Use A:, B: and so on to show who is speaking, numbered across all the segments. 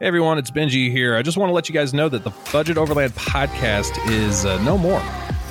A: Hey everyone, it's Benji here. I just want to let you guys know that the Budget Overland podcast is uh, no more.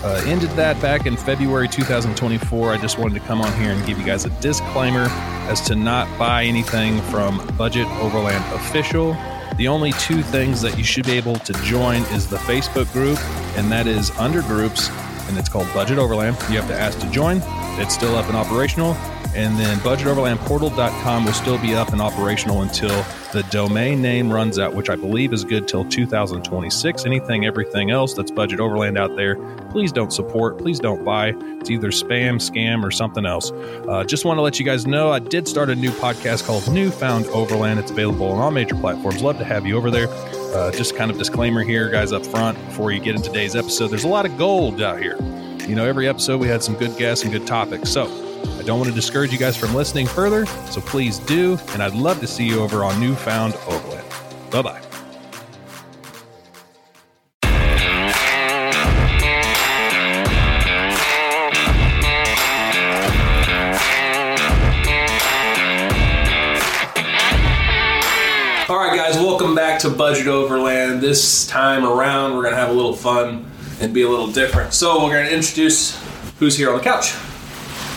A: Uh, ended that back in February 2024. I just wanted to come on here and give you guys a disclaimer as to not buy anything from Budget Overland Official. The only two things that you should be able to join is the Facebook group, and that is under groups, and it's called Budget Overland. You have to ask to join. It's still up and operational. And then budgetoverlandportal.com will still be up and operational until the domain name runs out, which I believe is good till 2026. Anything, everything else that's Budget Overland out there, please don't support. Please don't buy. It's either spam, scam, or something else. Uh, just want to let you guys know I did start a new podcast called Newfound Overland. It's available on all major platforms. Love to have you over there. Uh, just kind of disclaimer here, guys, up front before you get in today's episode. There's a lot of gold out here. You know, every episode we had some good guests and good topics. So I don't want to discourage you guys from listening further, so please do. And I'd love to see you over on Newfound Overland. Bye bye.
B: All right, guys, welcome back to Budget Overland. This time around, we're going to have a little fun and be a little different. So, we're going to introduce who's here on the couch.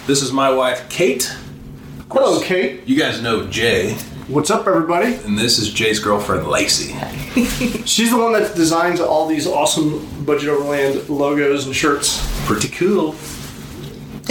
B: This is my wife, Kate.
C: Hello, Kate.
B: You guys know Jay,
C: What's up, everybody?
B: and this is Jay's girlfriend, Lacey.
C: She's the one that designs all these awesome Budget Overland logos and shirts.
B: Pretty cool.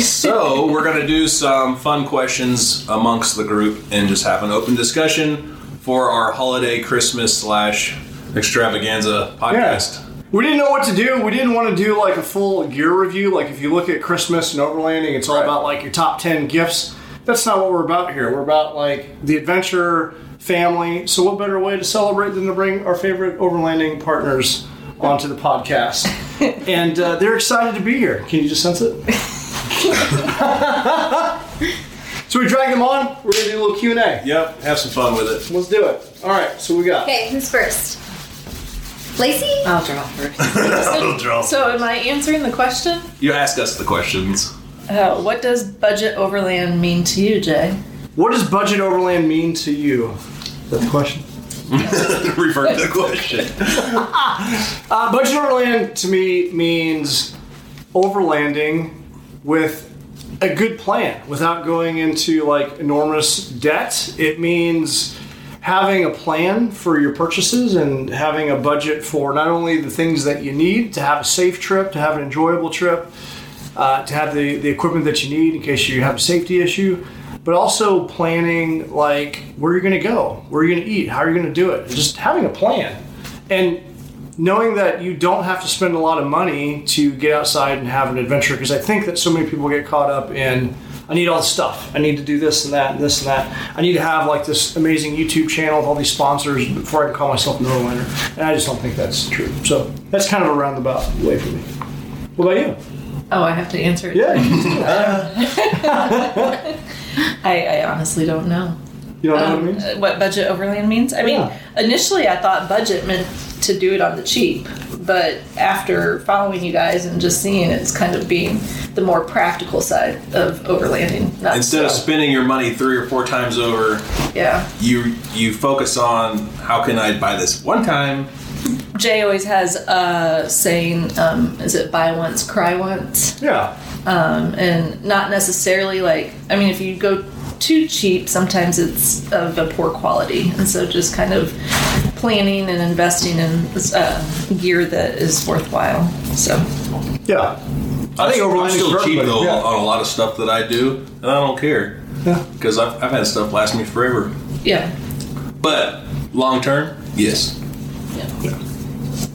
B: So, we're going to do some fun questions amongst the group and just have an open discussion for our holiday Christmas slash extravaganza podcast.
C: We didn't know what to do. We didn't want to do like a full gear review. Like if you look at Christmas and overlanding, it's all about like your top 10 gifts. That's not what we're about here. We're about like the adventure, family. So what better way to celebrate than to bring our favorite overlanding partners onto the podcast? and uh, they're excited to be here. Can you just sense it? so we drag them on. We're gonna do a little Q and A.
B: Yep, have some fun with it.
C: Let's do it. All right, so we got.
D: Okay, who's first? Lacey?
E: I'll draw first.
B: Little draw.
F: So, am I answering the question?
B: You ask us the questions.
F: Uh, what does budget overland mean to you, Jay?
C: What does budget overland mean to you? That's the question.
B: Revert the question.
C: Uh, budget overland to me means overlanding with a good plan without going into like enormous debt. It means having a plan for your purchases and having a budget for not only the things that you need to have a safe trip, to have an enjoyable trip, uh, to have the, the equipment that you need in case you have a safety issue, but also planning like where you're going to go, where you're going to eat, how you're going to do it, just having a plan. And knowing that you don't have to spend a lot of money to get outside and have an adventure, because I think that so many people get caught up in I need all the stuff. I need to do this and that and this and that. I need to have like this amazing YouTube channel with all these sponsors before I can call myself an overlander. And I just don't think that's true. So that's kind of a roundabout way for me. What about you?
F: Oh, I have to answer it.
C: Yeah,
F: I, I honestly don't know.
C: you know what I
F: Um,
C: mean.
F: uh, what budget overland means? I mean,
C: Yeah.
F: initially I thought budget meant to do it on the cheap, but after following you guys and just seeing it, it's kind of being the more practical side of overlanding. Not
B: Instead of spending your money three or four times over,
F: yeah.
B: you you focus on how can I buy this one time?
F: Jay always has a saying, um, is it buy once, cry once?
C: Yeah.
F: and not necessarily like I mean if you go too cheap sometimes it's of a poor quality and so just kind of planning and investing in uh, gear that is worthwhile so
C: Yeah.
B: I
C: think
B: I'm
C: overlanding's
B: still
C: for
B: cheap
C: everybody,
B: though
C: yeah.
B: on a lot of stuff that I do, and I don't care
C: Yeah.
B: because I've, I've had stuff last me forever.
F: yeah
B: But long term, yes.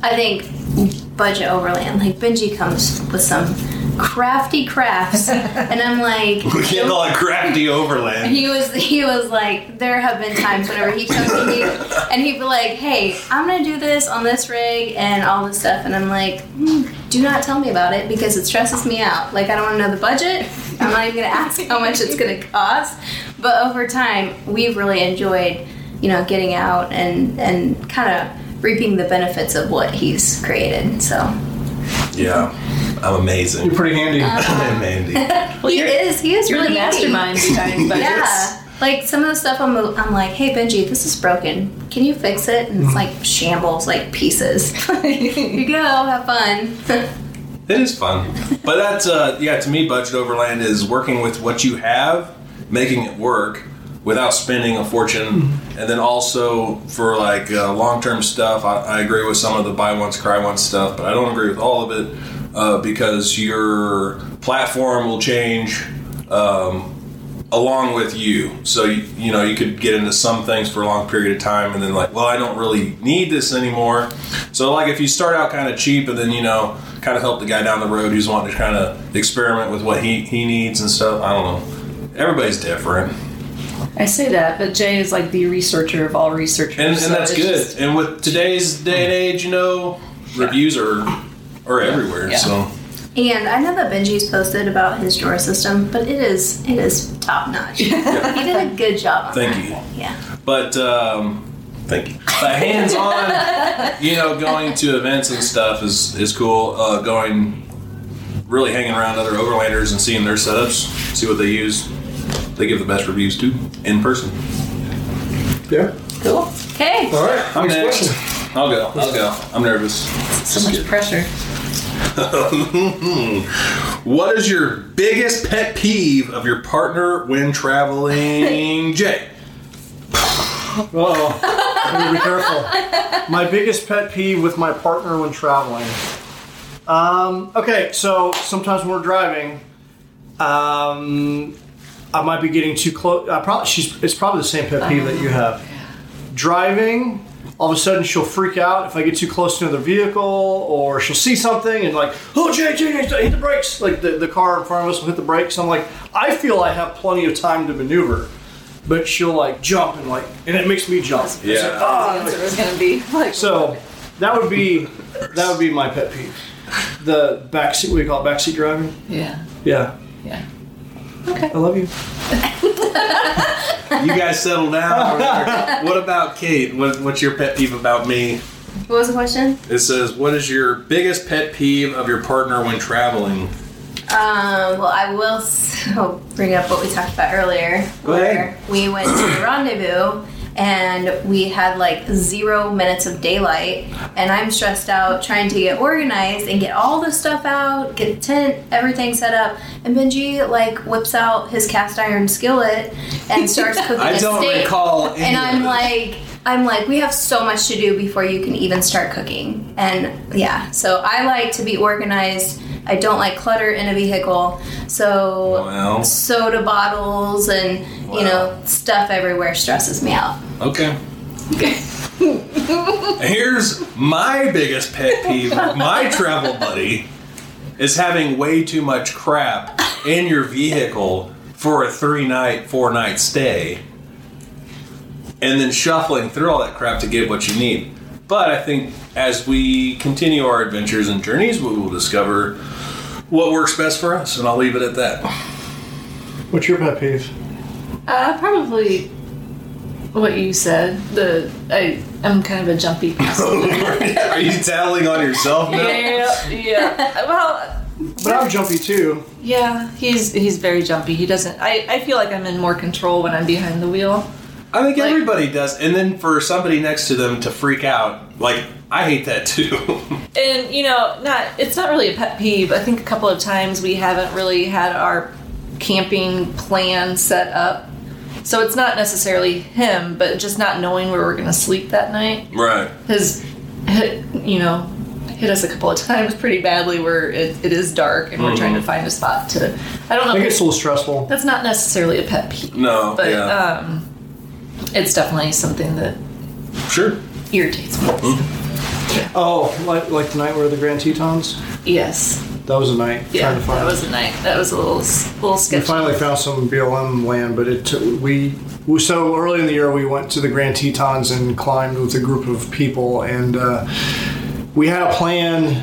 D: I think budget overland. Like Benji comes with some crafty crafts, and I'm like,
B: We're getting all that crafty overland.
D: he was he was like, there have been times whenever he comes to me, and he'd be like, hey, I'm gonna do this on this rig and all this stuff, and I'm like, "Hmm, do not tell me about it because it stresses me out. Like I don't want to know the budget. I'm not even gonna ask how much it's gonna cost. But over time, we've really enjoyed, you know, getting out and and kind of reaping the benefits of what he's created. So.
B: Yeah, I'm amazing. Um,
C: You're pretty handy.
B: I'm handy.
F: well
D: He
F: you're,
D: is. He is
F: you're
D: really
F: the mastermind behind budgets
D: Yeah. Like some of the stuff I'm, I'm like, hey Benji, this is broken. Can you fix it? And
B: Mm-hmm.
D: it's like shambles, like pieces. Here you go, have fun.
B: It is fun, but that's uh, yeah. To me, budget overland is working with what you have, making it work without spending a fortune, and then also for like uh, long term stuff. I, I agree with some of the buy once, cry once stuff, but I don't agree with all of it uh, because your platform will change um, along with you. So you, you know you could get into some things for a long period of time, and then like, well, I don't really need this anymore. So like if you start out kind of cheap, and then you know kind of help the guy down the road who's wanting to kind of experiment with what he he needs and stuff. I don't know. Everybody's different,
F: I say that, but Jay is like the researcher of all researchers.
B: and, and
F: so
B: that's
F: it's
B: good.
F: just-
B: and with today's day and age, you know, reviews are are everywhere.
F: Yeah.
B: So
D: and I know that Benji's posted about his drawer system, but it is it is top notch. He did a good job. On
B: thank
D: that.
B: you.
D: Yeah.
B: but um, thank you. But hands on, you know, going to events and stuff is is cool. Uh, going, really hanging around other overlanders and seeing their setups, see what they use. They give the best reviews too in person.
C: Yeah.
F: cool.
D: Okay.
C: All right.
B: I'm
C: next
B: next.
C: question.
B: I'll go. I'll go. I'm nervous.
F: So much pressure.
B: What is your biggest pet peeve of your partner when traveling, Jay?
C: Oh, I need to be careful. My biggest pet peeve with my partner when traveling. Um, okay, so sometimes when we're driving, um, I might be getting too close. I probably she's. It's probably the same pet peeve that you have. Driving, all of a sudden she'll freak out if I get too close to another vehicle, or she'll see something and like, oh Jay, Jay, Jay, hit the brakes! Like the, the car in front of us will hit the brakes. I'm like, I feel I have plenty of time to maneuver, but she'll like jump and like, and it makes me jump. It's like,
B: Yeah.
D: Oh,
F: The
C: "Ah,"
F: answer was gonna be like
C: so that would be that would be my pet peeve. The backseat, what do you call it, backseat driving?
F: yeah,
C: Yeah.
F: yeah. Okay.
C: I love you.
B: You guys settle down. what about Kate? What, what's your pet peeve about me?
D: What was the question?
B: It says, "What is your biggest pet peeve of your partner when traveling?"
D: Um, well, I will s- oh, bring up what we talked about earlier.
B: Go ahead.
D: where We went to the rendezvous and we had like zero minutes of daylight, and I'm stressed out trying to get organized and get all the stuff out, get the tent, everything set up. And Benji like whips out his cast iron skillet and starts cooking
B: I
D: a
B: don't
D: steak.
B: recall. Any
D: and I'm
B: of this.
D: like, I'm like, we have so much to do before you can even start cooking. And yeah, so I like to be organized. I don't like clutter in a vehicle. So
B: Well.
D: soda bottles and you know stuff everywhere stresses me out.
B: Okay. Here's my biggest pet peeve with my travel buddy is having way too much crap in your vehicle for a three night, four night stay. And then shuffling through all that crap to get what you need. But I think as we continue our adventures and journeys, we will discover what works best for us, and I'll leave it at that.
C: What's your pet peeve?
F: Uh, probably what you said. The I I'm kind of a jumpy person.
B: Are you tattling on yourself now?
F: yeah, yeah. Well,
C: But I'm jumpy too.
F: yeah. He's he's very jumpy. He doesn't. I I feel like I'm in more control when I'm behind the wheel.
B: I think
F: Like-
B: everybody does, and then for somebody next to them to freak out, like I hate that too.
F: and you know not it's not really a pet peeve i think a couple of times we haven't really had our camping plan set up so it's not necessarily him but just not knowing where we're going to sleep that night
B: right.
F: has hit you know hit us a couple of times pretty badly where it, it is dark and we're trying
B: Mm-hmm.
F: to find a spot to i don't know
C: I
F: if
C: think it's a little stressful.
F: that's not necessarily a pet peeve
B: No.
F: but
B: yeah.
F: um it's definitely something that
B: sure.
F: irritates me
B: Mm-hmm.
C: Oh, like like the night we were at the Grand Tetons.
F: yes
C: That was a night
F: yeah
C: trying to
F: that
C: find.
F: was a night that was a little s- little
C: we
F: sketchy
C: finally found some BLM land, but it took, we we- so early in the year we went to the Grand Tetons and climbed with a group of people, and uh, we had a plan.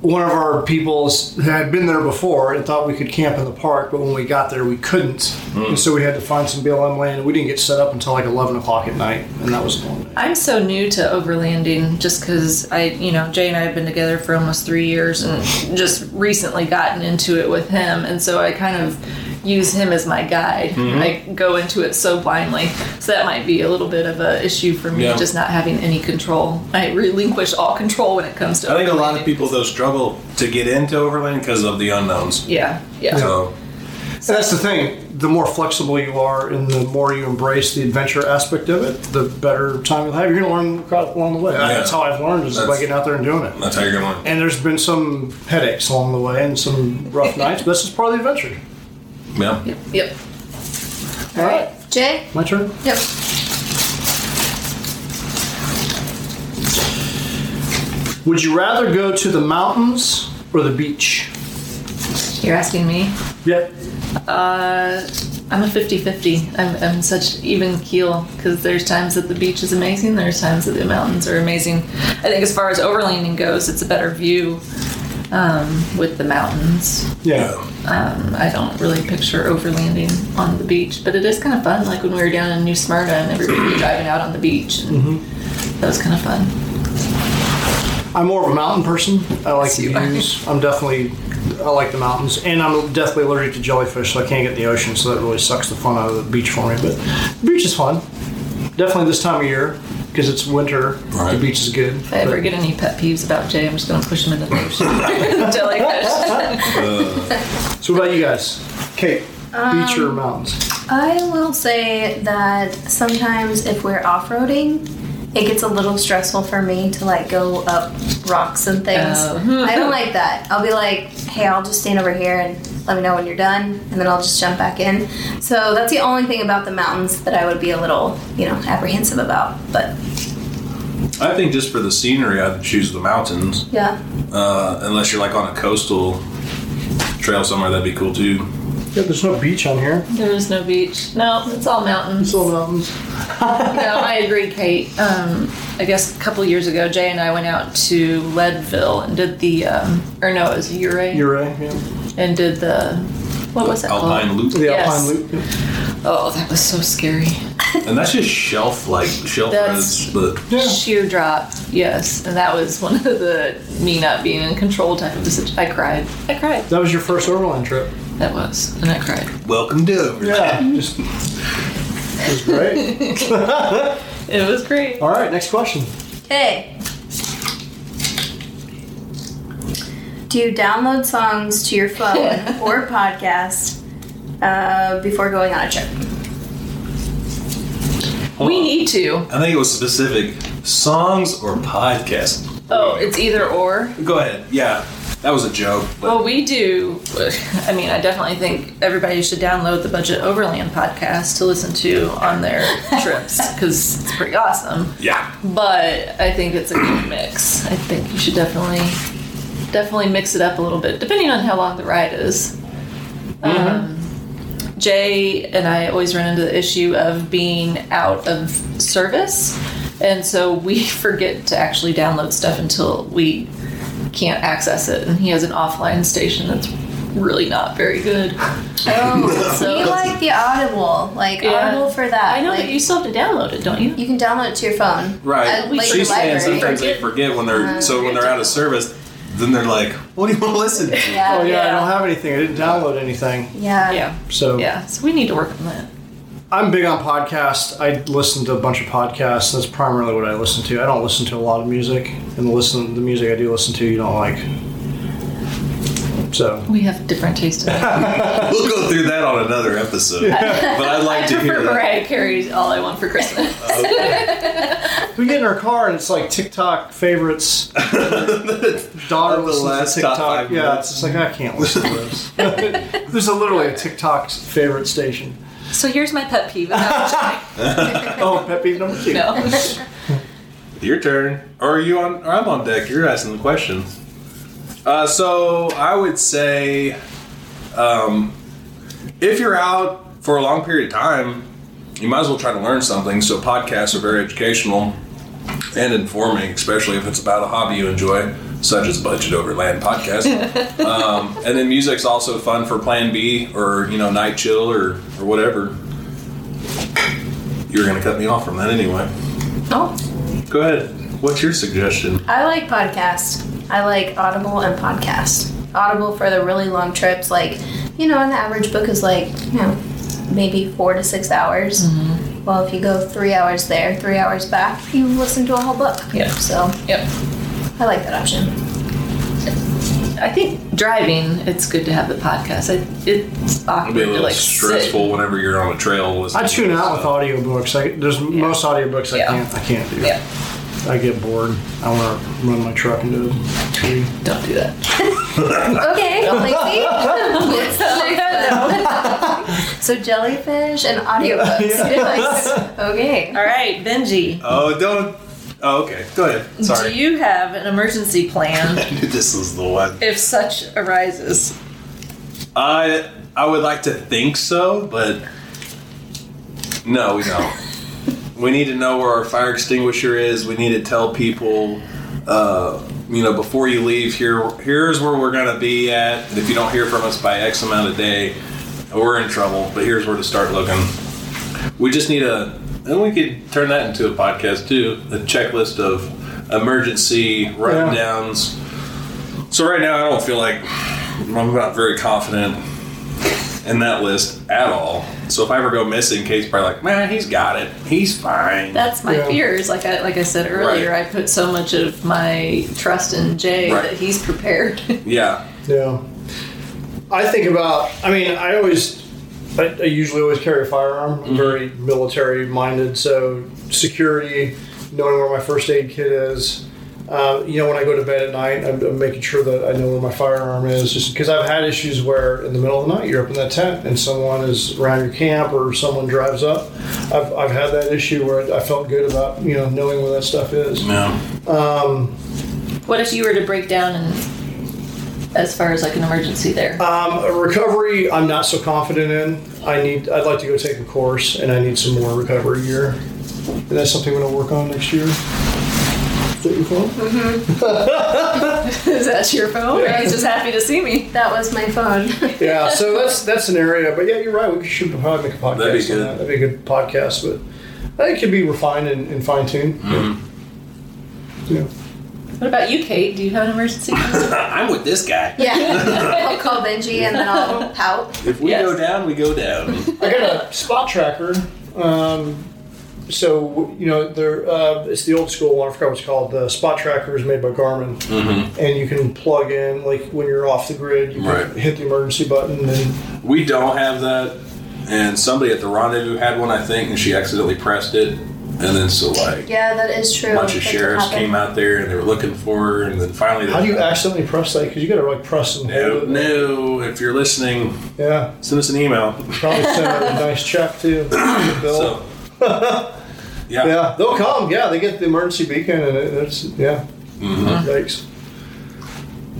C: One of our people s- had been there before and thought we could camp in the park, but when we got there, we couldn't, and so we had to find some BLM land. We didn't get set up until like eleven o'clock at night, and that was a long night.
F: I'm so new to overlanding just because I, you know, Jay and I have been together for almost three years and just recently gotten into it with him. And so I kind of use him as my guide.
B: Mm-hmm.
F: I go into it so blindly. So that might be a little bit of a issue for me,
B: Yeah.
F: just not having any control. I relinquish all control when it comes to.
B: I think a lot of
F: overlanding.
B: people though struggle to get into overland because of the unknowns.
F: Yeah, yeah,
B: So
C: And that's the thing. The more flexible you are, and the more you embrace the adventure aspect of it, the better time you'll have. You're gonna learn across- along the way.
B: Yeah.
C: That's how I've learned is by
B: That's-
C: getting out there and doing it.
B: that's how you're gonna learn.
C: And there's been some headaches along the way and some rough nights, but this is part of the adventure.
B: Yeah.
F: yep, yep.
C: All right,
D: Jay?
C: my turn.
D: Yep.
C: Would you rather go to the mountains or the beach?
F: You're asking me.
C: Yep.
F: Uh, I'm a 50-50. I'm, I'm such even keel because there's times that the beach is amazing. There's times that the mountains are amazing. I think as far as overlanding goes, it's a better view um, with the mountains.
C: Yeah.
F: Um, I don't really picture overlanding on the beach, but it is kind of fun. Like when we were down in New Smyrna and everybody was driving out on the beach, and that was kind of fun.
C: I'm more of a mountain person. I like
F: Yes,
C: the
F: you are.
C: views. I'm definitely, I like the mountains, and I'm definitely allergic to jellyfish, so I can't get in the ocean. So that really sucks the fun out of the beach for me. But the beach is fun. Definitely this time of year because it's winter.
B: Right.
C: The beach is good.
F: If I ever
C: But-
F: get any pet peeves about Jay, I'm just going to push him into the ocean. Jellyfish.
C: So what about you guys? Kate, beach
F: Um,
C: or mountains?
D: I will say that sometimes if we're off roading, it gets a little stressful for me to like go up rocks and things.
F: Oh.
D: I don't like that. I'll be like, hey, I'll just stand over here and let me know when you're done, and then I'll just jump back in. So that's the only thing about the mountains that I would be a little, you know, apprehensive about. But
B: I think just for the scenery, I'd choose the mountains.
D: yeah,
B: Uh, unless you're like on a coastal trail somewhere, that'd be cool too.
C: Yeah, there's no beach on here.
F: there is no beach. No, it's all mountains.
C: It's all mountains.
F: no, I agree, Kate. Um, I guess a couple years ago, Jay and I went out to Leadville and did the, um, or no, it was Uray,
C: You're right. Yeah.
F: and did the, what was that
B: Alpine loop,
C: The
F: Yes.
C: Alpine Loop. yeah.
F: called? Oh, that was so scary.
B: and that's just shelf like shelf
F: That's-
B: roads, but
C: Yeah.
F: Sheer drop, yes, and that was one of the me not being in control type of situation. I cried. I cried.
C: That was your first overland trip.
F: That was, and I cried.
B: welcome to Overland.
C: Just, it was great.
F: It was great.
C: All right, next question.
D: Okay. Do you download songs to your phone or podcast uh, before going on a trip?
F: We need to.
B: I think it was specific songs or podcast.
F: Oh, it's either or.
B: Go ahead. Yeah, that was a joke. But
F: Well, we do. I mean, I definitely think everybody should download the Budget Overland podcast to listen to on their trips because it's pretty awesome.
B: yeah,
F: But I think it's a good mix. I think you should definitely, definitely mix it up a little bit, depending on how long the ride is. Um, Jay and I always run into the issue of being out of service, and so we forget to actually download stuff until we can't access it, and he has an offline station that's really not very good.
D: Oh,
F: So-
D: you like the Audible, like
F: Yeah.
D: Audible for that.
F: I know,
D: like,
F: but you still have to download it, don't you?
D: you can download it to your phone.
B: right.
D: Uh, like
B: She's
D: the
B: saying
D: library.
B: sometimes they forget when they're so when they're out of service, then they're like, "What do you want to listen to?"
D: Yeah.
C: Oh yeah, I
F: Yeah.
C: don't have anything. I didn't download anything.
D: yeah.
F: Yeah,
C: So
F: yeah. So we need to work on that.
C: I'm big on podcasts. I listen to a bunch of podcasts. That's primarily what I listen to. I don't listen to a lot of music, and the listen the music I do listen to, you don't like. So
F: We have different taste. In
B: We'll go through that on another episode. But I'd like to hear
F: prefer
B: that.
F: Mariah Carey's "All I Want for Christmas."
C: we get in our car, and it's like TikTok favorites. Daughter
B: Of the
C: listens
B: last
C: to
B: top
C: TikTok.
B: five
C: yeah,
B: minutes.
C: it's just like I can't listen to this. There's a, literally a TikTok favorite station.
F: so here's my pet peeve. About
C: Oh, pet peeve number two.
F: no.
B: Your turn. Or are you on? Or I'm on deck. You're asking the question. Uh, so I would say, um, if you're out for a long period of time, you might as well try to learn something. So podcasts are very educational and informing, especially if it's about a hobby you enjoy, such as Budget Overland podcast. um, and then music's also fun for Plan B or you know night chill or or whatever. You're gonna cut me off from that anyway.
D: Oh,
B: Go ahead. What's your suggestion?
D: I like podcast. I like Audible and podcast. Audible for the really long trips, like you know, an average book is like, you know, maybe four to six hours.
F: Mm-hmm.
D: Well, if you go three hours there, three hours back, you listen to a whole book.
F: Yeah.
D: So
F: Yep.
D: I like that option.
F: I think driving, it's good to have the podcast. I, it's
B: It'll be
F: awkward
B: a
F: to
B: little
F: like
B: stressful whenever you're on a trail. listening
C: I
B: to
C: tune
B: this
C: out with
B: stuff.
C: audiobooks. I, there's most audiobooks I
F: Yeah.
C: can't. I can't do.
F: Sit. Yeah,
C: I get bored. I want to run my truck into a tree.
F: don't do that.
D: Okay, Lacey. so jellyfish and audiobooks. You're like, okay.
F: All right, Benji.
B: Oh, don't. Oh, okay. Go ahead. Sorry.
F: Do you have an emergency plan
B: this is the one.
F: if such arises?
B: I I would like to think so, but no, we don't. we need to know where our fire extinguisher is. We need to tell people, uh, you know, before you leave here. Here's where we're gonna be at. And if you don't hear from us by X amount of day, we're in trouble. But here's where to start looking. We just need a, and we could turn that into a podcast too. A checklist of emergency rundowns. So right now, I don't feel like I'm not very confident in that list at all. So if I ever go missing, Kate's probably like, "Man, he's got it. He's fine."
F: That's my
C: Yeah.
F: fears. Like I like I said earlier, I put so much of my trust in Jay
B: Right.
F: that he's prepared.
B: yeah,
C: Yeah. I think about. I mean, I always. I, I usually always carry a firearm. I'm very military minded, so security, knowing where my first aid kit is. Uh, you know, when I go to bed at night, I'm, I'm making sure that I know where my firearm is, just because I've had issues where in the middle of the night you're up in that tent and someone is around your camp or someone drives up. I've, I've had that issue where I felt good about you know knowing where that stuff is.
B: no.
F: what if you were to break down and as far as like an emergency there?
C: Um, recovery, I'm not so confident in. I need. I'd like to go take a course, and I need some more recovery gear. And that's something we're gonna work on next year. Is that your phone?
F: Is that your phone? Or he's just happy to see me.
D: That was my phone.
C: Yeah. So that's that's an area, but yeah, you're right. We should probably make a podcast.
B: That'd be
C: on
B: good.
C: that. That'd be a good podcast, but I think it could be refined and, and fine tuned.
B: Mm-hmm.
C: Yeah.
F: What about you, Kate? Do you have an emergency?
B: I'm with this guy.
D: Yeah. I'll call Benji and then I'll pout.
B: If we
F: Yes.
B: go down, we go down.
C: I got a spot tracker. Um, so you know, there uh, it's the old school one. I forgot what it's called. The spot tracker is made by Garmin, and you can plug in like when you're off the grid, you can
B: Mm-hmm. Right.
C: hit the emergency button, and
B: we don't have that. And somebody at the rendezvous had one, I think, and she accidentally pressed it. And then so like
D: Yeah, that is true.
B: a bunch of
D: That
B: sheriffs
D: happened.
B: came out there and they were looking for her. And then finally, they
C: how do you accidentally press that? Because you got to like press and
B: No,
C: hold it.
B: "Oh, no. If you're listening,
C: Yeah,
B: send us an email.
C: probably send her a nice check too. Bill.
B: So,
C: Yeah, they'll come. Yeah, they get the emergency beacon, and it, it's yeah.
B: Mm-hmm.
C: Yikes.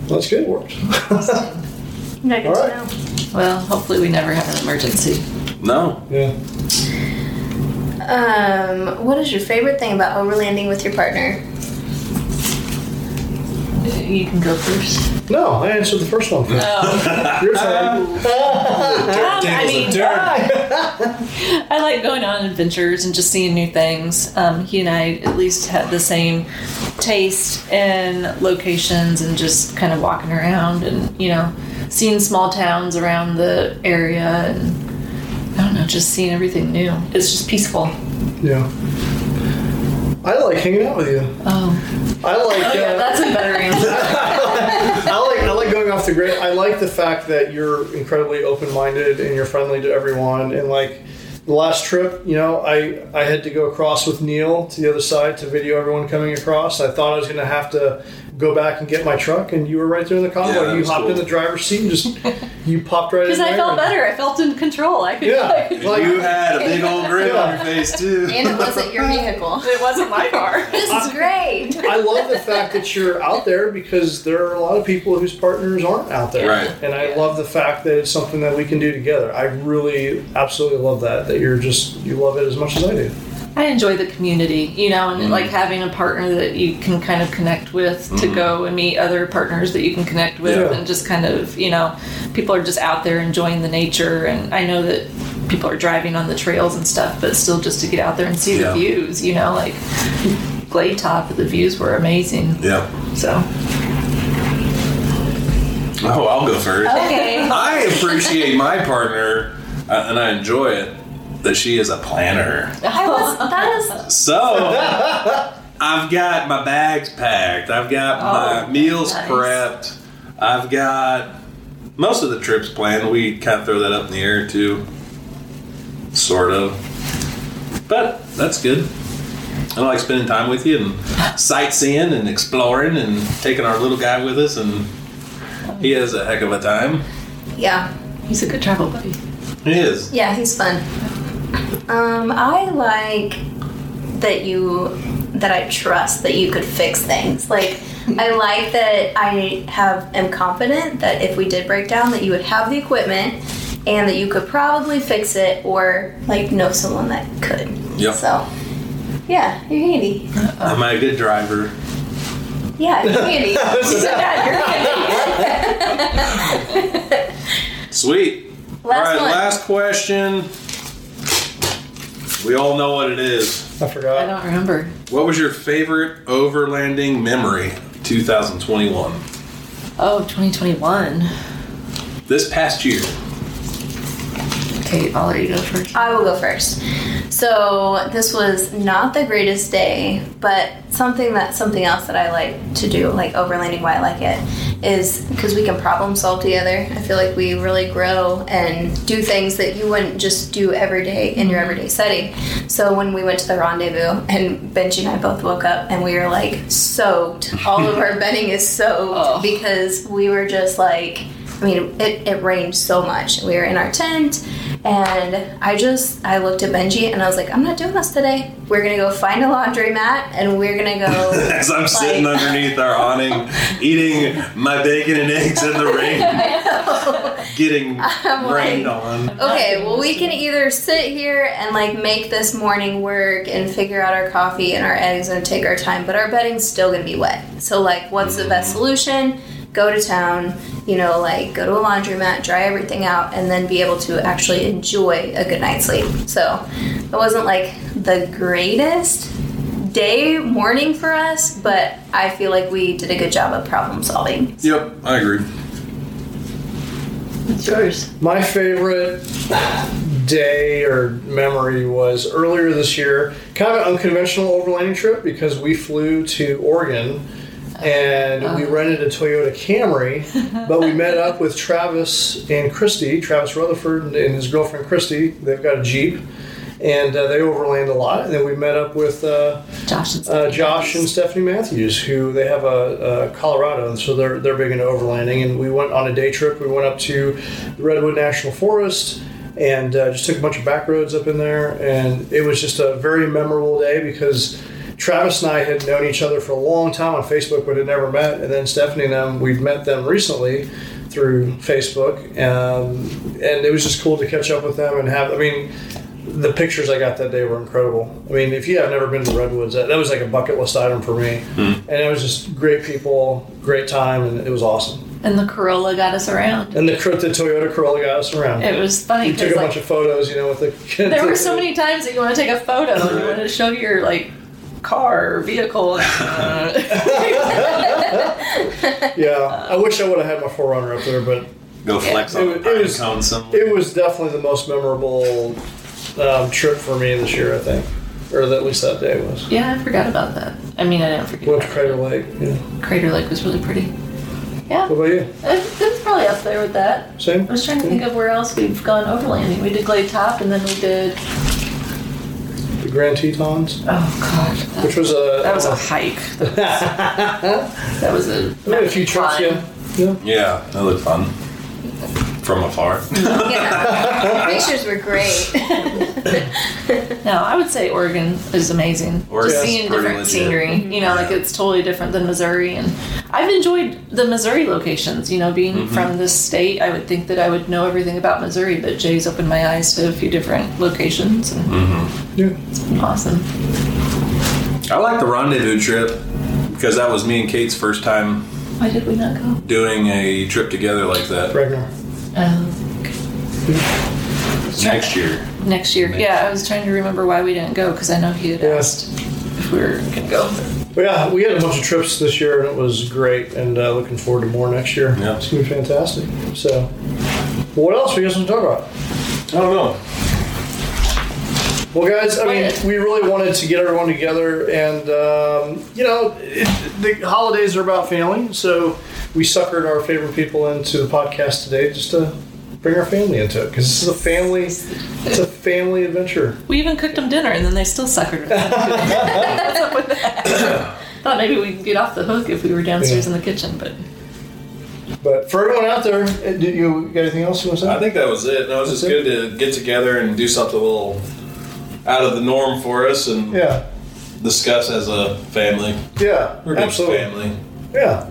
C: That's good. Works.
D: Yeah, good
C: All
D: to
C: right.
F: well, hopefully we never have an emergency.
B: no.
C: Yeah.
D: know. Um, what is your favorite thing about overlanding with your partner?
F: You can go first.
C: No, I answered the first one. Your turn.
F: Um, I mean, I like going on adventures and just seeing new things. Um, he and I at least had the same taste in locations and just kind of walking around and you know seeing small towns around the area and I don't know, just seeing everything new. It's just peaceful.
C: Yeah. I like hanging out with you.
F: Oh,
C: I like uh,
F: yeah, that's a better answer.
C: I like I like going off the grid. I like the fact that you're incredibly open-minded and you're friendly to everyone. And like the last trip, you know, I I had to go across with Neil to the other side to video everyone coming across. I thought I was going to have to go back and get my truck, and you were right there in the convoy.
B: Yeah, that
C: you
B: was
C: hopped in
B: cool.
C: the driver's seat and just you popped right in.
F: Because I
C: there
F: felt
C: and-
F: better. I felt in control. I could.
C: Yeah, like
B: you had a big old grin on your face too.
D: And it wasn't your vehicle.
F: It wasn't my car.
D: This is great.
C: I love the fact that you're out there because there are a lot of people whose partners aren't out there.
B: Right.
C: And I love the fact that it's something that we can do together. I really absolutely love that that you're just you love it as much as I do.
F: I enjoy the community, you know, and like
B: Mm.
F: having a partner that you can kind of connect with to go and meet other partners that you can connect with,
B: Mm-hmm. Yeah.
F: and just kind of, you know, people are just out there enjoying the nature. And I know that people are driving on the trails and stuff, but still just to get out there and see
B: Yeah.
F: the views, you know, like Glade Top, the views were amazing.
B: Yeah.
F: So
B: Oh, I'll go first.
D: Okay.
B: I appreciate my partner, uh, and I enjoy it that she is a planner.
D: I was, that is,
B: So I've got my bags packed. I've got my
F: Oh,
B: meals
F: nice.
B: prepped. I've got most of the trips planned. We kind of throw that up in the air too, sort of. But that's good. I like spending time with you and sightseeing and exploring and taking our little guy with us, and he has a heck of a time.
D: yeah.
F: He's a good travel buddy.
B: He is.
D: Yeah, he's fun. Um, I like that you that I trust that you could fix things. Like I like that I have am confident that if we did break down that you would have the equipment and that you could probably fix it or like know someone that could.
B: Yep.
D: So yeah, you're handy.
B: Am I a good driver?
D: Yeah, you're handy. She said that, you're handy.
B: Sweet.
D: last
B: all right,
D: one.
B: last question. We all know what it is.
C: I
F: I
C: forgot.
F: don't remember.
B: What was your favorite overlanding memory 2021?
F: Oh, 2021.
B: This past year.
F: Okay, I'll let you go first.
D: I will go first. So this was not the greatest day, but something that something else that I like to do, like overlanding, why I like it, is because we can problem solve together. I feel like we really grow and do things that you wouldn't just do every day in your everyday setting. So when we went to the rendezvous, and Benji and I both woke up and we were like soaked. All of our bedding is soaked
F: Oh.
D: because we were just like I mean, it, it rained so much. We were in our tent, and I just I looked at Benji and I was like, I'm not doing this today. We're gonna go find a laundromat, and we're gonna go.
B: As I'm sitting
D: Like-
B: underneath our awning, eating my bacon and eggs in the rain, getting
D: I'm
B: rained
D: like-
B: on.
D: okay, well, we can either sit here and like make this morning work and figure out our coffee and our eggs and take our time, but our bedding's still gonna be wet. So like, what's the best solution? Go to town. You know, like go to a laundromat, dry everything out, and then be able to actually enjoy a good night's sleep. So it wasn't like the greatest day morning for us, but I feel like we did a good job of problem solving.
B: Yep, I agree.
F: It's yours.
C: My favorite day or memory was earlier this year, kind of an unconventional overlanding trip because we flew to Oregon and we rented a Toyota Camry, but we met up with Travis and Christy, Travis Rutherford and his girlfriend Christy. They've got a Jeep. And uh, they overland a lot. And then we met up with uh,
F: Josh and
C: uh,
F: Stephanie.
C: Josh and Stephanie Matthews, who they have a, a Colorado, and so they're they're big into overlanding. And we went on a day trip. We went up to the Redwood National Forest and uh, just took a bunch of back roads up in there. And it was just a very memorable day because Travis and I had known each other for a long time on Facebook, but had never met. And then Stephanie and them, we've met them recently through Facebook, um, and it was just cool to catch up with them and have. I mean the pictures I got that day were incredible. I mean, if you have never been to the Redwoods, that, that was like a bucket list item for me. And it was just great people, great time, and it was awesome.
F: And the Corolla got us around.
C: And the, cr- the Toyota Corolla got us around.
F: It was funny
C: we took
F: because
C: a
F: like,
C: bunch of photos, you know, with the.
F: there were so many times that you want to take a photo and you want to show your like car or vehicle. uh,
C: Yeah, I wish I would have had my forerunner up there, but
B: Go flex on
C: It
B: the
C: was- it
B: pine
C: was-
B: cone somewhere.
C: it was definitely the most memorable um, trip for me this year, I think, or at least that day was.
F: yeah, I forgot about that. I mean, I didn't forget.
C: Went to
F: about
C: Crater Lake. Yeah.
F: it. Crater Lake was really pretty. Yeah,
C: What about you?
F: it, it was probably up there with that.
C: Same.
F: I was trying to think of where else we've gone overlanding. We did Glade Top, and then we did.
C: The Grand Tetons,
F: Oh God,
C: which was a.
F: that was a hike. That was a.
C: we had a few trips,
F: climb.
C: yeah. Yeah.
B: Yeah, that looked fun. From afar.
D: Hmm. Yeah. Pictures were great.
F: No, I would say Oregon is amazing.
B: Oregon's
F: Just seeing
B: pretty
F: different
B: legit.
F: scenery, you know, like it's totally different than Missouri. And I've enjoyed the Missouri locations. You know, being
B: Mm-hmm.
F: from this state, I would think that I would know everything about Missouri, but Jay's opened my eyes to a few different locations, and
C: yeah.
F: it's been
B: Mm-hmm.
F: awesome.
B: I like the rendezvous trip because that was me and Kate's first time
F: Why did we not go?
B: doing a trip together like that.
C: Ragnar.
F: Oh,
B: Next year.
F: next year. Yeah, I was trying to remember why we didn't go because I know he had
C: Yeah.
F: asked if we were gonna go.
C: But yeah, we had a bunch of trips this year, and it was great. And uh, looking forward to more next year.
B: Yeah.
C: it's gonna be fantastic. So, what else we guys want to talk about?
B: I don't know.
C: Well, guys, I mean,
F: Right.
C: we really wanted to get everyone together, and um, you know, it, the holidays are about family, so we suckered our favorite people into the podcast today just to bring our family into it because this is a family, it's a family adventure.
F: We even cooked them dinner, and then they still suckered us. What's up with that? Thought maybe we could get off the hook if we were downstairs in the kitchen, but
C: But for everyone out there, uh, do you got anything else you want to
B: I
C: say?
B: think that was it. No, it was just
C: That's it.
B: good to get together and do something a little out of the norm for us and
C: Yeah,
B: discuss as a family.
C: yeah,
B: We're a good
C: absolutely.
B: family.
C: Yeah.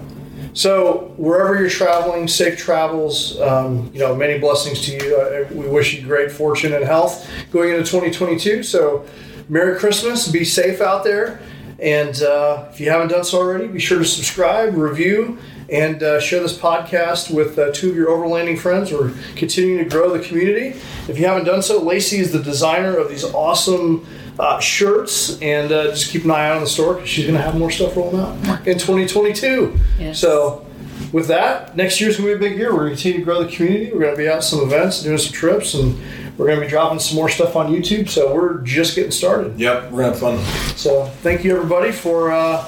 C: So wherever you're traveling, safe travels. Um, you know, many blessings to you. Uh, we wish you great fortune and health going into 2022. So, Merry Christmas. Be safe out there. And uh, if you haven't done so already, be sure to subscribe, review, and uh, share this podcast with uh, two of your overlanding friends. We're continuing to grow the community. If you haven't done so, Lacey is the designer of these awesome uh, shirts, and uh, just keep an eye out on the store because she's going to have more stuff rolling out in 2022.
F: Yes.
C: So, with that, next year's going to be a big year. We're going to continue to grow the community. We're going to be out at some events, doing some trips, and we're going to be dropping some more stuff on YouTube. So, we're just getting started.
B: Yep, we're gonna have fun.
C: So, thank you everybody for uh,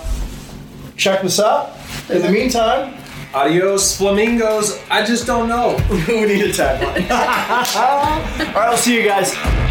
C: checking us out. In the meantime,
B: Adios, flamingos. I just don't know.
C: we need a tagline. All right, I'll see you guys.